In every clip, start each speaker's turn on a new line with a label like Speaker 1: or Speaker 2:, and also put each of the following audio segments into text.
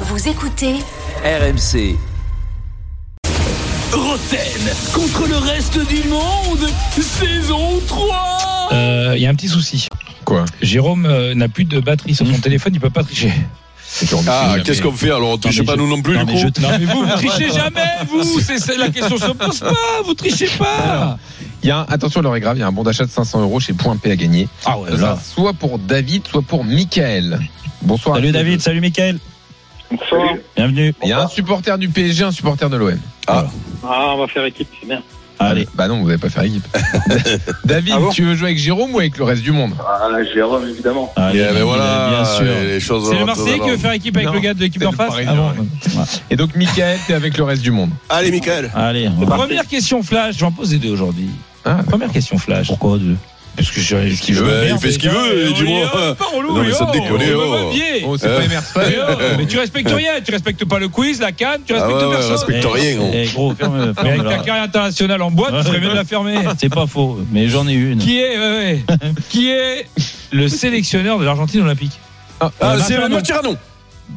Speaker 1: Vous écoutez
Speaker 2: RMC.
Speaker 3: Roten contre le reste du monde, saison 3
Speaker 4: Euh, Il y a un petit souci.
Speaker 5: Quoi
Speaker 4: Jérôme euh, n'a plus de batterie sur son téléphone, il peut pas tricher.
Speaker 5: Ah, qu'est-ce qu'on fait alors On triche pas nous non plus,
Speaker 4: Non,
Speaker 5: du
Speaker 4: mais
Speaker 5: coup
Speaker 4: je- non, mais vous, vous trichez
Speaker 6: Ah,
Speaker 4: jamais, vous c'est, c'est- La question se pose pas, vous trichez pas
Speaker 7: Il y a un- attention, l'heure est grave, il y a un bon d'achat de 500 euros chez Point P à gagner.
Speaker 4: Ah
Speaker 5: Oh
Speaker 4: ouais,
Speaker 7: Ça sera soit pour David, soit pour Michael. Bonsoir.
Speaker 4: Salut David, salut Mickaël,
Speaker 8: Bonsoir.
Speaker 4: bienvenue.
Speaker 7: Il y a un supporter du PSG, un supporter de l'OM.
Speaker 8: Ah, on va faire équipe, c'est bien.
Speaker 4: Allez,
Speaker 7: Bah non, vous n'allez pas faire équipe. David,
Speaker 8: Ah bon
Speaker 7: tu veux jouer avec Jérôme ou avec le reste du monde
Speaker 8: Ah, Jérôme, évidemment.
Speaker 4: allez,
Speaker 5: Eh ben
Speaker 4: bien
Speaker 5: voilà,
Speaker 4: sûr.
Speaker 5: les choses
Speaker 4: C'est le
Speaker 5: rentrent
Speaker 4: Marseillais
Speaker 5: dans
Speaker 4: qui veut
Speaker 5: l'ordre.
Speaker 4: faire équipe avec
Speaker 7: Non,
Speaker 4: le gars de l'équipe
Speaker 7: c'est
Speaker 4: d'en
Speaker 7: le
Speaker 4: face
Speaker 7: Parisien,
Speaker 4: Ah bon Ouais.
Speaker 7: Et donc Michael, t'es avec le reste du monde.
Speaker 5: Allez, Michael.
Speaker 4: Allez, on-
Speaker 8: parti.
Speaker 4: première question flash, je vais en poser deux aujourd'hui.
Speaker 7: Ah,
Speaker 4: première question flash. Pourquoi deux Parce que j'ai ce qu'il
Speaker 5: Eh ben, il
Speaker 4: Merde,
Speaker 5: fait ce qu'il
Speaker 4: putain,
Speaker 5: veut,
Speaker 4: et on
Speaker 5: dis-moi.
Speaker 4: est- oh, pas relou,
Speaker 5: Non, mais
Speaker 4: et
Speaker 5: ça te
Speaker 4: oh,
Speaker 5: déconne,
Speaker 4: on est
Speaker 5: oh.
Speaker 4: même habillé.
Speaker 7: Oh, c'est
Speaker 5: Euh.
Speaker 7: pas Emerson.
Speaker 4: Mais, oh, mais tu respectes rien, tu respectes pas le quiz, la canne, tu respectes
Speaker 5: Ah ouais, ouais,
Speaker 4: personne.
Speaker 5: respecte
Speaker 4: Eh,
Speaker 5: rien, gros.
Speaker 4: eh, gros, ferme, ferme
Speaker 6: Mais
Speaker 4: avec
Speaker 6: là.
Speaker 4: ta carrière internationale en boîte, tu ferais bien de la fermer.
Speaker 6: C'est pas faux, mais j'en ai une.
Speaker 4: Qui est, ouais, ouais. qui est le sélectionneur de l'Argentine olympique
Speaker 5: Ah,
Speaker 4: Euh,
Speaker 5: c'est
Speaker 4: Vincent,
Speaker 5: le Tirano.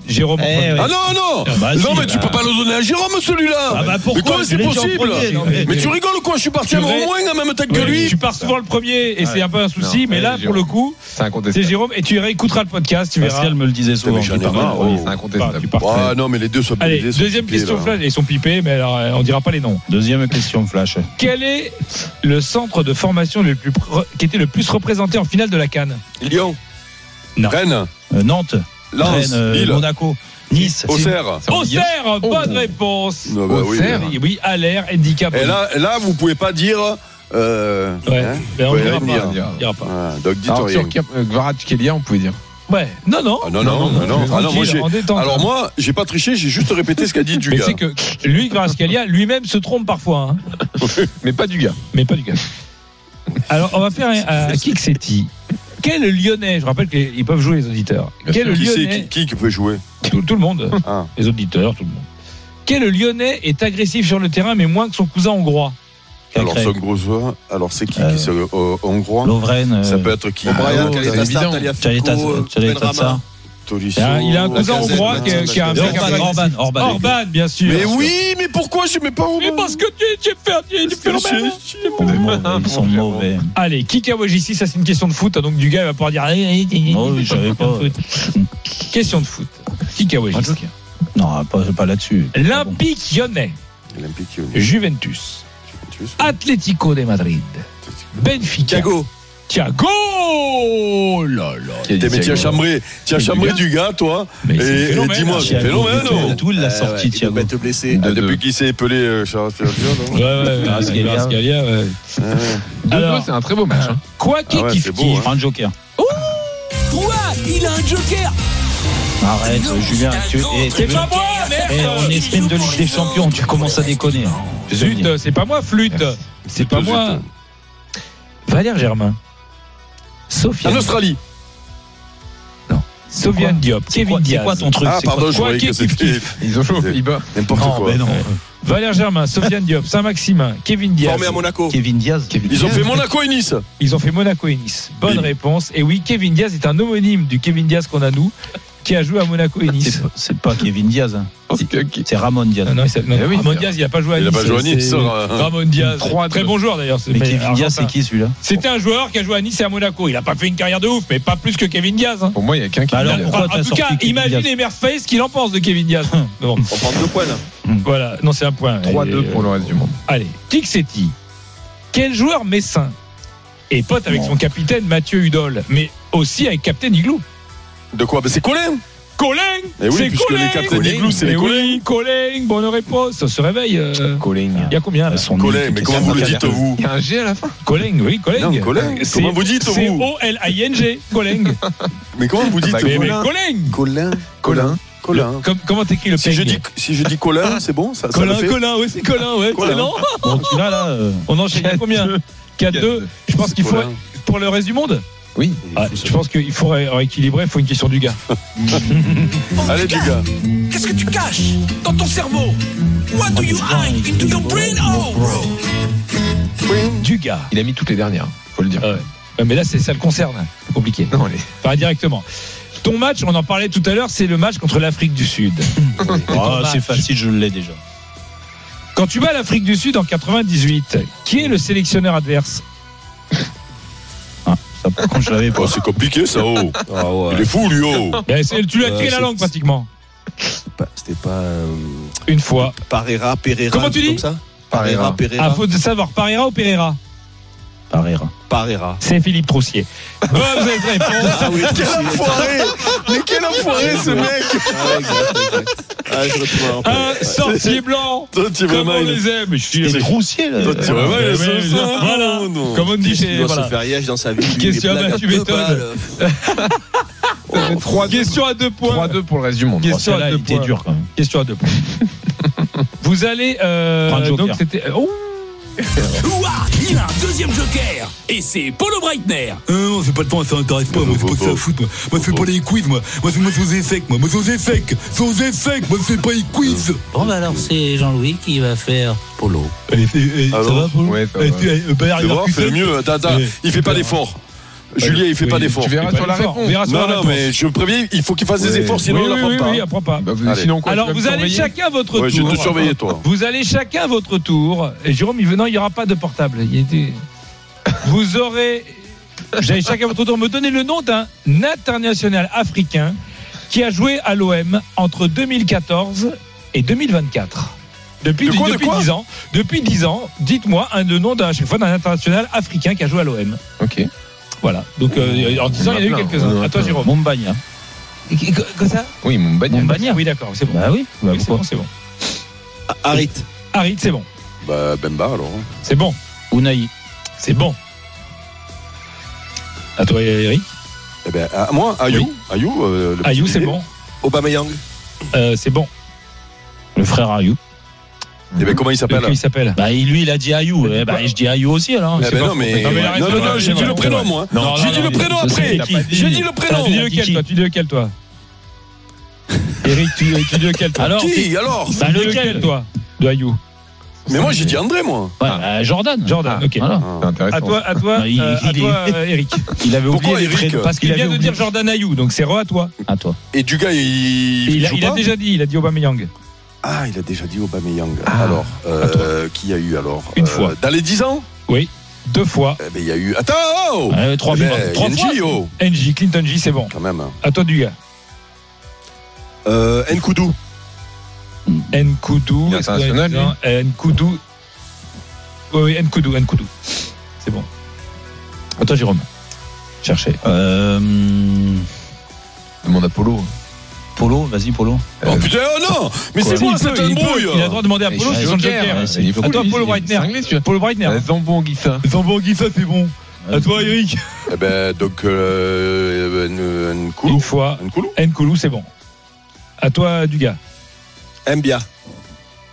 Speaker 4: Jérôme.
Speaker 6: Eh,
Speaker 4: Premier.
Speaker 6: ouais.
Speaker 5: Ah non, non
Speaker 6: Ah, bah,
Speaker 5: Non,
Speaker 6: si,
Speaker 5: mais tu
Speaker 6: bah.
Speaker 5: peux pas le donner à Jérôme, celui-là
Speaker 6: Ah bah pourquoi
Speaker 5: Mais comment
Speaker 6: Je
Speaker 5: c'est
Speaker 6: l'ai dit en
Speaker 5: possible
Speaker 6: premier, non,
Speaker 5: Mais tu rigoles quoi Je suis parti
Speaker 4: Tu
Speaker 5: à mon
Speaker 4: restes-
Speaker 5: moins en même temps que
Speaker 4: Ouais,
Speaker 5: lui
Speaker 4: Tu pars souvent le premier et c'est un peu un souci,
Speaker 7: Non,
Speaker 4: mais
Speaker 7: ouais,
Speaker 4: là, pour
Speaker 7: Jérôme.
Speaker 4: le coup,
Speaker 7: C'est
Speaker 4: c'est
Speaker 7: incontestable.
Speaker 4: Jérôme et tu réécouteras le podcast, tu verras. Bah,
Speaker 6: Pascal me le disait souvent.
Speaker 5: Mais j'en ai
Speaker 6: Il parlait
Speaker 5: marre,
Speaker 6: de
Speaker 7: Ah C'est
Speaker 5: oh.
Speaker 6: lui.
Speaker 4: Tu pars- tu
Speaker 7: incontestable.
Speaker 4: pars.
Speaker 5: Ah non, mais les deux sont
Speaker 4: Allez,
Speaker 5: les deux sont
Speaker 4: deuxième
Speaker 5: piqués,
Speaker 4: question
Speaker 5: là.
Speaker 4: flash. Ils sont pipés, mais alors euh, on dira pas les noms.
Speaker 6: Deuxième question flash.
Speaker 4: Quel est le centre de formation le plus pro- qui était le plus représenté en finale de la Cannes
Speaker 5: Lyon.
Speaker 4: Non.
Speaker 5: Rennes.
Speaker 6: Euh, Nantes,
Speaker 5: Lens.
Speaker 6: Rennes, euh,
Speaker 5: Lille.
Speaker 6: Monaco, Nice.
Speaker 5: Auxerre. Oh.
Speaker 4: Auxerre, bonne réponse.
Speaker 5: Non, bah oui.
Speaker 7: Auxerre.
Speaker 4: Oui, Oui, à l'air, handicap.
Speaker 5: Et là, là, vous pouvez pas dire. Euh,
Speaker 4: Ouais,
Speaker 5: hein,
Speaker 4: ben, on
Speaker 5: vous pouvez
Speaker 4: verra
Speaker 5: rien dire.
Speaker 4: pas.
Speaker 7: dire.
Speaker 4: Il y aura pas.
Speaker 5: Voilà, donc dites
Speaker 7: Alors,
Speaker 5: rien.
Speaker 7: sur Kep- euh, Kvaratskhelia, on pouvait dire.
Speaker 4: Ouais. Non, non.
Speaker 5: Ah non, non, non, non. Ah non, moi,
Speaker 4: Tranquille,
Speaker 5: j'ai-
Speaker 4: en détente.
Speaker 5: Alors moi, j'ai pas triché, j'ai juste répété ce qu'a dit
Speaker 4: mais
Speaker 5: Dugas.
Speaker 4: c'est que lui, Grascalia, lui-même se trompe parfois, hein.
Speaker 7: Mais pas du gars.
Speaker 4: mais pas du gars. Alors, on va faire un, un Kixetti. Quel Lyonnais, je rappelle qu'ils peuvent jouer les auditeurs. Quel
Speaker 5: Qui c'est
Speaker 4: Lyonnais,
Speaker 5: qui, qui, qui peut jouer
Speaker 4: tout, tout le monde,
Speaker 5: Ah.
Speaker 4: les auditeurs, tout le monde. Quel Lyonnais est agressif sur le terrain, mais moins que son cousin hongrois
Speaker 5: Alors
Speaker 6: Cacré.
Speaker 5: son gros joueur, alors c'est qui
Speaker 6: Euh,
Speaker 5: qui c'est euh, hongrois
Speaker 6: Lovren. euh,
Speaker 5: Ça peut être qui
Speaker 7: O'Brien,
Speaker 5: Ah,
Speaker 7: Caleta-
Speaker 5: Caleta-
Speaker 7: évident.
Speaker 6: Tchaleta- Tchaleta- ça.
Speaker 5: Tolisso,
Speaker 4: Il a- Ah, il a un cousin
Speaker 5: Lacazette,
Speaker 4: hongrois qui- qui a un
Speaker 5: Lacazette.
Speaker 4: mec à-
Speaker 6: Orban, Orban, Orban.
Speaker 4: Orban, bien sûr.
Speaker 5: Mais oui, mais pourquoi je mets pas
Speaker 4: Mais
Speaker 5: Orban
Speaker 4: parce que tu, tu es fait- tu es- tu fais le même.
Speaker 6: Ils sont mauvais, Oh, Ils sont mauvais.
Speaker 4: Allez, Kika Wajici, ça c'est une question de foot, donc du gars il va pouvoir dire. eh, eh, eh,
Speaker 6: Oh, oui, je savais pas.
Speaker 4: Question de foot. Kika Wajici.
Speaker 6: Non, ah, pas, pas là-dessus.
Speaker 4: L'Olympique lyonnais,
Speaker 5: Olympique Lyonnais,
Speaker 4: Juventus,
Speaker 5: Juventus.
Speaker 4: Ah. Atlético de Madrid, Benfica.
Speaker 5: Thiago,
Speaker 4: Thiago Oh là là.
Speaker 5: T'es- mais tiens chambré, tiens chambré du gars toi.
Speaker 4: Mais
Speaker 5: Et-
Speaker 4: c'est
Speaker 5: et
Speaker 4: phénomène.
Speaker 6: Ah,
Speaker 5: dis-moi,
Speaker 4: Thiago.
Speaker 5: phénomène. non.
Speaker 6: Tout l'a sorti, Thiago.
Speaker 5: Ah, depuis qu'il s'est épelé euh, Charles Ferrand, non
Speaker 4: Ouais, ouais,
Speaker 6: Grascalia.
Speaker 4: Grascalia, ouais.
Speaker 7: Deux-deux,
Speaker 4: Alors,
Speaker 7: c'est un très beau match. hein.
Speaker 4: quoi qu'il
Speaker 5: Ah ouais,
Speaker 4: kiffe
Speaker 5: c'est beau, hein.
Speaker 6: Un joker.
Speaker 3: Toi, il a un joker
Speaker 6: Arrête, Julien. Tu, eh, tu
Speaker 4: C'est
Speaker 6: veux-
Speaker 4: pas moi, merde
Speaker 6: Eh, on est semaine de Ligue des Champions, tu commences à déconner. hein.
Speaker 4: Zut, euh, c'est pas moi, flûte. C'est pas
Speaker 5: Zut.
Speaker 4: moi. Valère Germain.
Speaker 5: En
Speaker 4: Sofiane.
Speaker 5: Australie.
Speaker 4: Sofiane Diop.
Speaker 6: C'est
Speaker 4: Kevin
Speaker 6: quoi, c'est
Speaker 4: Diaz.
Speaker 6: quoi ton truc
Speaker 5: Ah
Speaker 6: c'est quoi
Speaker 5: pardon,
Speaker 6: ton-
Speaker 5: je
Speaker 4: quoi
Speaker 5: croyais que
Speaker 4: qu'il kiffe,
Speaker 5: c'était
Speaker 7: Ils ont chaud,
Speaker 5: C'est-
Speaker 7: ils battent.
Speaker 5: n'importe
Speaker 6: Non,
Speaker 5: quoi.
Speaker 6: mais non.
Speaker 4: Valère Germain, Sofiane Diop, Saint-Maximin, Kevin Diaz.
Speaker 5: Formé à Monaco.
Speaker 6: Kevin Diaz.
Speaker 5: Ils ont fait Monaco et Nice.
Speaker 4: Ils ont fait Monaco et Nice. Bonne
Speaker 5: Bim.
Speaker 4: réponse. Et oui, Kevin Diaz est un homonyme du Kevin Diaz qu'on a nous, qui a joué à Monaco et Nice.
Speaker 6: Ah, C'est pas- C'est pas Kevin Diaz, hein. c'est Ramon Diaz.
Speaker 4: Non, non, il s'appelle- non,
Speaker 7: Eh oui,
Speaker 4: Ramon
Speaker 7: c'est-
Speaker 4: Diaz, il n'a pas joué à
Speaker 5: Il
Speaker 4: Nice.
Speaker 5: a pas joué à Nice.
Speaker 4: c'est-
Speaker 5: ça, hein.
Speaker 4: Ramon Diaz.
Speaker 7: Trois-
Speaker 4: Très bon joueur d'ailleurs. ce
Speaker 6: Mais
Speaker 4: mec
Speaker 6: Kevin Diaz,
Speaker 4: argentin.
Speaker 6: c'est qui celui-là
Speaker 4: C'était un joueur qui a joué à Nice et à Monaco. Il n'a pas fait une carrière de ouf, mais pas plus que Kevin Diaz. hein.
Speaker 7: Pour moi, il n'y a qu'un qui
Speaker 6: Bah alors,
Speaker 7: l'a.
Speaker 6: pourquoi
Speaker 4: Enfin, en
Speaker 6: t'as
Speaker 4: tout
Speaker 6: sorti
Speaker 4: cas,
Speaker 6: Kevin
Speaker 4: imagine
Speaker 6: Diaz Hum.
Speaker 4: les Face qu'il en pense de Kevin Diaz. Bon,
Speaker 5: On prend deux points là.
Speaker 4: voilà, non, c'est un point.
Speaker 7: 3-2
Speaker 4: Et- euh,
Speaker 7: pour le reste du monde.
Speaker 4: Allez, Tixetti. Quel joueur messin est pote avec son capitaine Mathieu Hudol, mais aussi avec Captain Igloo
Speaker 5: De quoi Bah, C'est Colin
Speaker 4: Colin
Speaker 5: Eh oui,
Speaker 4: C'est
Speaker 5: puisque
Speaker 4: Colin
Speaker 5: les Captain Igloo, c'est
Speaker 4: Eh
Speaker 5: les
Speaker 4: oui, Colin, bonne réponse. Ça se réveille. euh,
Speaker 7: Colling.
Speaker 4: Il y a combien là
Speaker 6: Bah, Son
Speaker 5: Colin, Ah, mais
Speaker 6: identité,
Speaker 5: comment
Speaker 6: c'est
Speaker 5: vous le
Speaker 6: un
Speaker 5: dites
Speaker 6: cadre.
Speaker 5: vous
Speaker 7: Il y a un G à la fin.
Speaker 4: Colin, oui, Colin.
Speaker 5: Non, Colin,
Speaker 4: C'est-
Speaker 5: comment vous dites
Speaker 4: C'est
Speaker 5: vous
Speaker 4: O-L-I-N-G, Colin.
Speaker 5: Mais comment vous dites
Speaker 4: Mais- mais
Speaker 5: Colin
Speaker 4: bah, Colin
Speaker 5: Colin
Speaker 7: Colin.
Speaker 5: Colin
Speaker 4: Comme- Comment t'écris le
Speaker 5: Si je
Speaker 4: ping
Speaker 5: dis si je dis Colin, c'est bon ça, ça le
Speaker 4: Colin,
Speaker 5: fait
Speaker 4: Colin, oui, c'est Colin, ouais,
Speaker 5: Colin.
Speaker 4: c'est non
Speaker 6: Bon, tu vas là. euh,
Speaker 4: On enchaîne à combien 4-2. Je pense qu'il faut,
Speaker 5: Colin.
Speaker 4: pour le reste du monde,
Speaker 7: Oui.
Speaker 4: Ah, je pense qu'il faut ré- rééquilibrer, il faut une question du gars.
Speaker 5: Allez les gars.
Speaker 3: Qu'est-ce que tu caches dans ton cerveau What do you
Speaker 6: euh,
Speaker 3: hide into your brain, oh, bro
Speaker 4: Du gars.
Speaker 7: Il a
Speaker 4: Ah Euh,
Speaker 7: mis toutes les dernières, hein, faut le dire.
Speaker 4: Ouais, mais là, c'est ça le concerne. C'est Compliqué.
Speaker 7: Non, les...
Speaker 4: Enfin, directement. Ton match, on en parlait tout à l'heure, c'est le match contre l'Afrique du Sud.
Speaker 6: Ah, c'est facile, je l'ai déjà.
Speaker 4: Quand tu bats l'Afrique du Sud en 98, qui est le sélectionneur adverse
Speaker 6: Ça, par contre, je l'avais pas.
Speaker 5: Oh, c'est compliqué ça, oh.
Speaker 1: Ah
Speaker 5: Il est
Speaker 1: ouais.
Speaker 5: fou, lui, oh.
Speaker 4: Ben, c'est- Tu lui as
Speaker 1: Euh,
Speaker 4: tiré la
Speaker 1: c'est-
Speaker 4: langue pratiquement.
Speaker 1: Pas- C'était pas. euh,
Speaker 4: Une fois.
Speaker 1: Parera, Pereira.
Speaker 4: Comment tu dis
Speaker 1: comme ça
Speaker 7: Parera.
Speaker 1: Parera,
Speaker 7: hein.
Speaker 1: Pereira.
Speaker 4: À faute de savoir, Parera ou Pereira
Speaker 6: Pas rire.
Speaker 1: Parera.
Speaker 4: C'est Philippe Troussier. Bonne réponse.
Speaker 1: Ah oui,
Speaker 5: Quel enfoiré Mais quel enfoiré ce mec
Speaker 1: Ah, exact, exact. Ah, je retrouve un peu.
Speaker 4: Un sorcier blanc.
Speaker 5: Toi, tu es
Speaker 4: Comme
Speaker 5: vraiment
Speaker 4: on
Speaker 5: une-
Speaker 4: les aime. Je suis
Speaker 6: C'est troussier, là.
Speaker 5: Toi, tu es vraiment
Speaker 4: Ouais,
Speaker 5: une
Speaker 4: ouais,
Speaker 5: sauce, hein,
Speaker 4: bah voilà.
Speaker 5: non.
Speaker 4: Oh Comme on dit
Speaker 1: Qu'est-ce qu'il
Speaker 4: chez.
Speaker 1: doit
Speaker 4: voilà.
Speaker 1: se faire riage dans sa vie. lui, les
Speaker 4: Question,
Speaker 1: blagues
Speaker 4: bah,
Speaker 1: à
Speaker 4: tu
Speaker 1: deux
Speaker 4: m'étonnes.
Speaker 1: balles.
Speaker 4: Question à deux points.
Speaker 7: 3-2 pour le reste du monde.
Speaker 4: Yes.
Speaker 6: Oh, celle-là,
Speaker 4: à deux
Speaker 6: il était
Speaker 4: points.
Speaker 6: dur quand même.
Speaker 4: Question à deux points. Vous allez. euh,
Speaker 6: Prends le joker.
Speaker 4: donc c'était. Oh,
Speaker 3: Ouah, il y a un deuxième joker Et c'est Polo Breitner Non, on fait pas le temps, ça intéresse pas, moi c'est pas que ça à foutre, moi. Moi je fais pas les quiz, moi. Moi c'est moi c'est aux échecs, moi. Moi c'est aux échecs C'est aux échecs, moi je fais pas les quiz
Speaker 2: Bon, bah alors c'est Jean-Louis qui va faire.
Speaker 1: Polo.
Speaker 5: Alors,
Speaker 7: Ouais, ça va.
Speaker 4: euh,
Speaker 5: tu vois, fais mieux. Attends, attends, il fait pas d'effort. Julien, il fait pas
Speaker 7: Oui,
Speaker 5: d'effort.
Speaker 7: Tu verras
Speaker 4: pas
Speaker 7: sur la
Speaker 4: d'effort. On
Speaker 7: réponse.
Speaker 4: verra sur
Speaker 5: Non,
Speaker 4: la
Speaker 5: non,
Speaker 4: réponse.
Speaker 5: mais je préviens, il faut qu'il fasse des
Speaker 7: Oui.
Speaker 5: efforts, sinon
Speaker 4: oui,
Speaker 5: on
Speaker 4: oui,
Speaker 5: l'apprend
Speaker 4: oui,
Speaker 5: pas.
Speaker 4: oui,
Speaker 5: hein.
Speaker 4: apprends pas.
Speaker 7: Bah, vous-
Speaker 5: Allez.
Speaker 7: Sinon, quoi,
Speaker 4: Alors
Speaker 7: tu vas
Speaker 4: vous
Speaker 7: me
Speaker 4: allez
Speaker 7: surveiller
Speaker 4: chacun votre
Speaker 5: Ouais, je vais
Speaker 4: tour.
Speaker 5: te surveiller, toi.
Speaker 4: Vous allez chacun votre tour. Et Jérôme, il veut- non, il n'y aura pas de portable. Il était- Vous aurez. Vous allez chacun votre tour. Me donner le nom d'un international africain qui a joué à l'OM entre 2014 et 2024. Depuis,
Speaker 5: De quoi, de
Speaker 4: depuis
Speaker 5: quoi
Speaker 4: 10 ans, depuis 10 ans, dites-moi un le nom d'un à chaque fois d'un international africain qui a joué à l'OM.
Speaker 7: Ok.
Speaker 4: Voilà. Donc euh, en 10 ans, il y en a eu
Speaker 7: Plein,
Speaker 4: quelques-uns.
Speaker 7: ouais,
Speaker 4: À toi, Jérôme.
Speaker 7: hein.
Speaker 6: Mombagna.
Speaker 4: ça
Speaker 7: Oui, mon bagnole.
Speaker 4: Oui, d'accord, c'est bon.
Speaker 6: Bah oui. Bah,
Speaker 4: Oui, c'est bon,
Speaker 6: pourquoi
Speaker 4: c'est bon.
Speaker 1: Ah, Harit.
Speaker 4: Harit, c'est bon.
Speaker 5: Bah, Bemba, alors.
Speaker 4: C'est bon.
Speaker 6: Unai.
Speaker 4: C'est bon. À toi, Eric.
Speaker 5: Eh ben, à moi, Ayou. Ayou, euh, le
Speaker 4: Ayou,
Speaker 5: petit
Speaker 4: c'est
Speaker 5: Guinéen.
Speaker 4: bon.
Speaker 1: Aubameyang.
Speaker 4: Euh, c'est bon.
Speaker 6: Le frère Ayou.
Speaker 5: Eh ben, comment il
Speaker 4: Le
Speaker 5: s'appelle
Speaker 4: il s'appelle
Speaker 6: Bah, il- lui, il a dit Ayou. Eh bah, je dis Ayou aussi, alors.
Speaker 4: Ah,
Speaker 5: Eh
Speaker 6: C'est
Speaker 5: ben
Speaker 6: pas
Speaker 5: non,
Speaker 6: faux.
Speaker 5: mais.
Speaker 4: Non, mais arrête,
Speaker 5: Non, non, non,
Speaker 4: arrête,
Speaker 5: j'ai dit le
Speaker 4: arrête,
Speaker 5: prénom, moi.
Speaker 6: Non,
Speaker 4: Ah,
Speaker 6: non,
Speaker 5: J'ai dit
Speaker 6: non,
Speaker 5: le
Speaker 6: mais
Speaker 5: prénom
Speaker 6: je sais
Speaker 5: après.
Speaker 6: qu'il a pas dit.
Speaker 5: J'ai dit le
Speaker 4: Attends,
Speaker 5: prénom.
Speaker 4: Ah, Tu dis lequel,
Speaker 6: Kiki.
Speaker 4: toi Tu dis lequel, toi Eric, tu, tu dis lequel, toi
Speaker 6: Alors,
Speaker 5: Qui, alors
Speaker 4: Bah, lequel, toi De Ayou.
Speaker 5: Mais moi, j'ai dit André, moi.
Speaker 6: Ouais, bah, Jordan.
Speaker 4: Jordan,
Speaker 6: Ah,
Speaker 4: ok.
Speaker 6: voilà.
Speaker 7: C'est intéressant.
Speaker 4: À toi, à toi,
Speaker 6: Non, Bah, il-
Speaker 4: euh, à
Speaker 6: il est-
Speaker 4: toi, euh, Eric.
Speaker 6: Il avait
Speaker 5: Pourquoi
Speaker 6: oublié les
Speaker 5: Eric
Speaker 6: prénoms. Parce
Speaker 4: Il
Speaker 6: qu'il
Speaker 4: vient
Speaker 6: avait
Speaker 4: de
Speaker 6: oublié.
Speaker 4: dire Jordan Ayou, donc c'est re à toi.
Speaker 6: À Ah, toi.
Speaker 5: Et du gars, il.
Speaker 4: Il, a,
Speaker 5: joue
Speaker 4: il a
Speaker 5: pas
Speaker 4: déjà dit, il a dit Aubameyang.
Speaker 5: Ah, il a déjà dit Aubameyang. alors, euh, qui y a eu alors
Speaker 4: Ah. Une
Speaker 5: Euh,
Speaker 4: fois.
Speaker 5: Dans les 10 ans
Speaker 4: Deux fois.
Speaker 5: Eh ben, il y a eu. Attends oh
Speaker 6: Ouais, Euh, Trois
Speaker 5: Eh
Speaker 6: fois.
Speaker 5: ben,
Speaker 6: Trois fois.
Speaker 5: Yenji, oh,
Speaker 4: NJ, Clinton J, c'est bon.
Speaker 5: quand même.
Speaker 4: À toi, du gars.
Speaker 5: Euh, Nkoudou.
Speaker 4: Nkoudou.
Speaker 7: Il est international,
Speaker 4: Non, euh, Nkoudou. Oui, oui, Nkoudou, Nkoudou. C'est bon. À toi, Jérôme. Cherchez.
Speaker 6: Euh,
Speaker 7: Demande à Polo.
Speaker 6: Polo, vas-y, Polo.
Speaker 5: Oh putain, oh non Mais c'est
Speaker 4: Si,
Speaker 5: moi
Speaker 4: il
Speaker 5: cette
Speaker 4: peut, il peut,
Speaker 5: embrouille
Speaker 4: Il a le droit de demander à
Speaker 7: Mais
Speaker 4: Polo,
Speaker 7: je
Speaker 4: c'est
Speaker 7: suis
Speaker 4: son
Speaker 7: joker,
Speaker 4: joker.
Speaker 7: ouais, c'est- il faut
Speaker 4: À toi,
Speaker 7: cool,
Speaker 4: Polo
Speaker 7: il est cinglé,
Speaker 4: Breitner.
Speaker 7: celui-là.
Speaker 4: Polo Breitner.
Speaker 7: Zambon Guissa.
Speaker 4: Zambo ça c'est bon. À toi, Eric.
Speaker 5: Eh ben, donc, euh, euh,
Speaker 4: Une
Speaker 5: Nkoulou.
Speaker 4: fois.
Speaker 5: Nkoulou
Speaker 4: Nkoulou, c'est bon. À toi, Dugas.
Speaker 1: Mbia.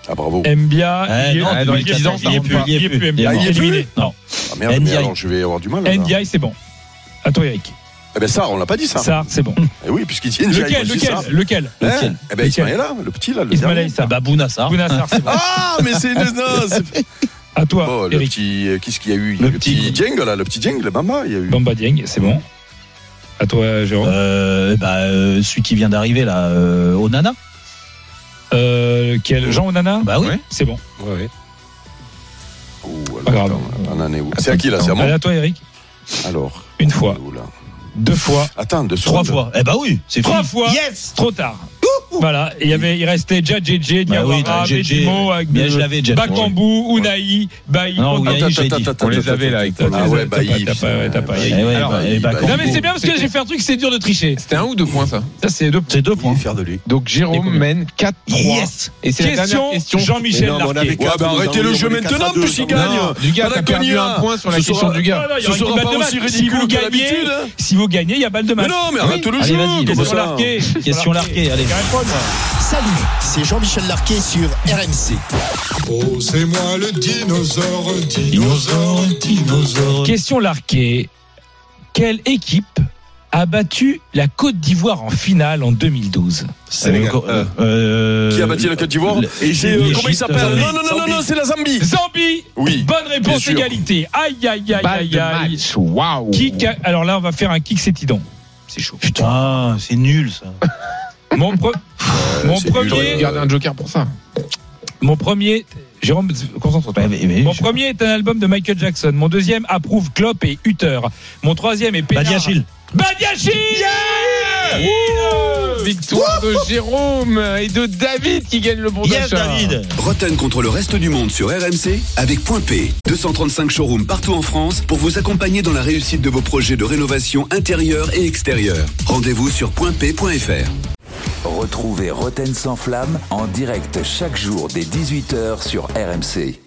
Speaker 5: Ah, bravo.
Speaker 4: Mbia.
Speaker 6: Eh,
Speaker 4: il est-
Speaker 6: non,
Speaker 4: il
Speaker 6: dans
Speaker 4: est-
Speaker 6: les 10 ans, ça
Speaker 4: il est
Speaker 6: rentre
Speaker 4: plus.
Speaker 6: pas.
Speaker 4: Il est plus. Mbia.
Speaker 5: Ah, il est plus
Speaker 4: Éliminé. Non.
Speaker 5: Ah merde, mais
Speaker 6: NDI.
Speaker 5: alors je vais avoir du mal. là.
Speaker 4: NDI, c'est bon. À toi, Eric.
Speaker 5: Eh ben, ça, on l'a pas dit ça.
Speaker 4: Sarr, c'est bon.
Speaker 5: Eh oui, puisqu'il dit NDI.
Speaker 4: Lequel,
Speaker 5: moi, je dis
Speaker 4: lequel,
Speaker 5: ça.
Speaker 4: lequel
Speaker 5: Hein
Speaker 6: Lequel
Speaker 5: Eh ben, Ismaïla, le petit là. Le
Speaker 4: Ismaël
Speaker 5: dernier.
Speaker 4: Sarr.
Speaker 6: Babouna, ça.
Speaker 4: Bouna Sarr, c'est bon.
Speaker 5: Ah, mais c'est une. non, c'est-
Speaker 4: À
Speaker 5: Bon,
Speaker 4: toi,
Speaker 5: le
Speaker 4: Eric.
Speaker 5: petit. euh, Qu'est-ce qu'il y a eu Il y a
Speaker 6: Le
Speaker 5: eu Le petit
Speaker 6: petit-
Speaker 5: Djeng, là, le petit Djeng, le Bamba, il y a eu.
Speaker 4: Bamba Dieng, c'est bon. À toi, Jérôme.
Speaker 6: Euh, bah, euh, celui qui vient d'arriver là, euh, Onana.
Speaker 4: Euh, quel Jean Onana
Speaker 6: Bah oui.
Speaker 4: C'est bon.
Speaker 5: Oh,
Speaker 4: Pas grave.
Speaker 5: alors, attends, on en est où C'est à qui là C'est à moi
Speaker 4: Allez, à toi, Eric.
Speaker 5: Alors.
Speaker 4: Une fois,
Speaker 5: Où, là
Speaker 4: deux fois,
Speaker 5: Attends, deux
Speaker 6: Trois
Speaker 5: secondes.
Speaker 6: fois. Eh bah oui, c'est
Speaker 4: Trois
Speaker 6: fini.
Speaker 4: fois.
Speaker 6: Yes.
Speaker 4: trop tard. Voilà, il, y avait, il restait déjà JJ,
Speaker 6: Bah oui,
Speaker 4: Diawara,
Speaker 6: JJ,
Speaker 4: Bejimo,
Speaker 6: bien,
Speaker 4: Agbe-
Speaker 6: je l'avais déjà.
Speaker 4: Bakambu, Unai, Bailly. Konta-
Speaker 6: Non, Unai,
Speaker 5: Attends,
Speaker 6: je l'ai
Speaker 5: attends,
Speaker 6: dit.
Speaker 5: attends,
Speaker 7: On les
Speaker 5: attends,
Speaker 7: avait là avec
Speaker 5: attends,
Speaker 7: Polo.
Speaker 5: Ah ouais,
Speaker 4: T'as pas-
Speaker 5: Bailly.
Speaker 4: t'as pas- ouais, t'as pas-
Speaker 6: Eh ouais,
Speaker 7: Alors,
Speaker 6: bah,
Speaker 7: il-
Speaker 6: eh bah,
Speaker 7: bah,
Speaker 6: quand
Speaker 4: Non,
Speaker 6: on
Speaker 4: mais
Speaker 6: dit-
Speaker 4: c'est bien parce que j'ai fait un truc, c'est dur de tricher.
Speaker 7: C'était un ou deux points, ça
Speaker 4: Ça, c'est deux.
Speaker 6: C'est deux
Speaker 1: Il
Speaker 6: points.
Speaker 1: est fier de lui.
Speaker 7: Donc Jérôme
Speaker 4: combien
Speaker 7: mène 4-3.
Speaker 6: Yes.
Speaker 7: Et c'est la
Speaker 4: Question,
Speaker 7: dernière question.
Speaker 4: Jean-Michel
Speaker 1: Mais non, mais on
Speaker 4: Larquet.
Speaker 1: avait-
Speaker 5: Ouais,
Speaker 1: Quatre,
Speaker 5: bah
Speaker 1: nous
Speaker 5: arrêtez
Speaker 1: en
Speaker 5: le
Speaker 1: avons
Speaker 5: jeu
Speaker 1: les quatre
Speaker 5: maintenant,
Speaker 1: à deux,
Speaker 5: puisqu'il
Speaker 1: quand même.
Speaker 5: gagne.
Speaker 7: Non, du gars, t'as
Speaker 5: Voilà,
Speaker 7: perdu
Speaker 5: Konya.
Speaker 7: un point sur la
Speaker 5: Ce
Speaker 7: question
Speaker 5: sera-
Speaker 7: du gars.
Speaker 4: Voilà, il y
Speaker 5: Ce
Speaker 4: aura une
Speaker 5: sera
Speaker 4: balle
Speaker 5: pas
Speaker 4: de
Speaker 5: aussi
Speaker 4: match. Si
Speaker 5: ridicule
Speaker 4: vous
Speaker 5: que
Speaker 4: gagnez,
Speaker 5: d'habitude, hein.
Speaker 4: si vous gagnez, il y a balle de
Speaker 5: Mais
Speaker 4: match.
Speaker 5: non, mais
Speaker 4: Oui.
Speaker 5: arrête le
Speaker 6: Allez,
Speaker 5: jeu.
Speaker 6: vas-y,
Speaker 5: comment
Speaker 6: laisse-moi
Speaker 4: Question
Speaker 5: ça
Speaker 4: Larquet.
Speaker 6: Question Larquet, allez.
Speaker 9: Salut, c'est Jean-Michel Larquet sur RMC.
Speaker 10: Oh, c'est moi le dinosaure, dinosaure,
Speaker 6: Dinosaure, dinosaure.
Speaker 4: Question Larquet. Quelle équipe a battu la Côte d'Ivoire en finale en 2012
Speaker 6: C'est le go- euh, euh,
Speaker 5: Qui a bâti la Côte d'Ivoire
Speaker 6: le-
Speaker 5: Et c'est. euh,
Speaker 6: l'Égypte,
Speaker 5: Comment il s'appelle
Speaker 6: Zambie.
Speaker 5: Non, non, non, non, non, c'est la Zambie.
Speaker 4: Zambie
Speaker 5: Oui.
Speaker 4: Bonne
Speaker 5: Bien
Speaker 4: réponse
Speaker 5: sûr.
Speaker 4: égalité. Aïe, aïe, aïe,
Speaker 7: Balle
Speaker 4: aïe,
Speaker 7: de
Speaker 4: aïe.
Speaker 7: match. Waouh.
Speaker 4: Qui ca- Alors là, on va faire un kick sétidon.
Speaker 7: C'est chaud.
Speaker 6: Putain, c'est nul ça.
Speaker 4: Mon, pre-
Speaker 5: Euh,
Speaker 4: mon
Speaker 7: J'aurais
Speaker 4: premier,
Speaker 7: pu garder un joker pour ça.
Speaker 4: mon premier, Jérôme, concentre-toi.
Speaker 6: Ouais, Bah, mais- mais-
Speaker 4: Mon
Speaker 6: je-
Speaker 4: premier est un album de Michael Jackson. Mon deuxième approuve Klopp et Hutter. Mon troisième est Pénard.
Speaker 6: Badiachil.
Speaker 4: Badiachil
Speaker 7: Victoire de Jérôme et de David qui gagne le bon
Speaker 6: Yes,
Speaker 7: d'achat.
Speaker 6: David.
Speaker 11: Roten contre le reste du monde sur RMC avec Point P. 235 showrooms partout en France pour vous accompagner dans la réussite de vos projets de rénovation intérieure et extérieure. Rendez-vous sur pointp.fr.
Speaker 12: Retrouvez Roten sans flamme en direct chaque jour dès 18h sur RMC.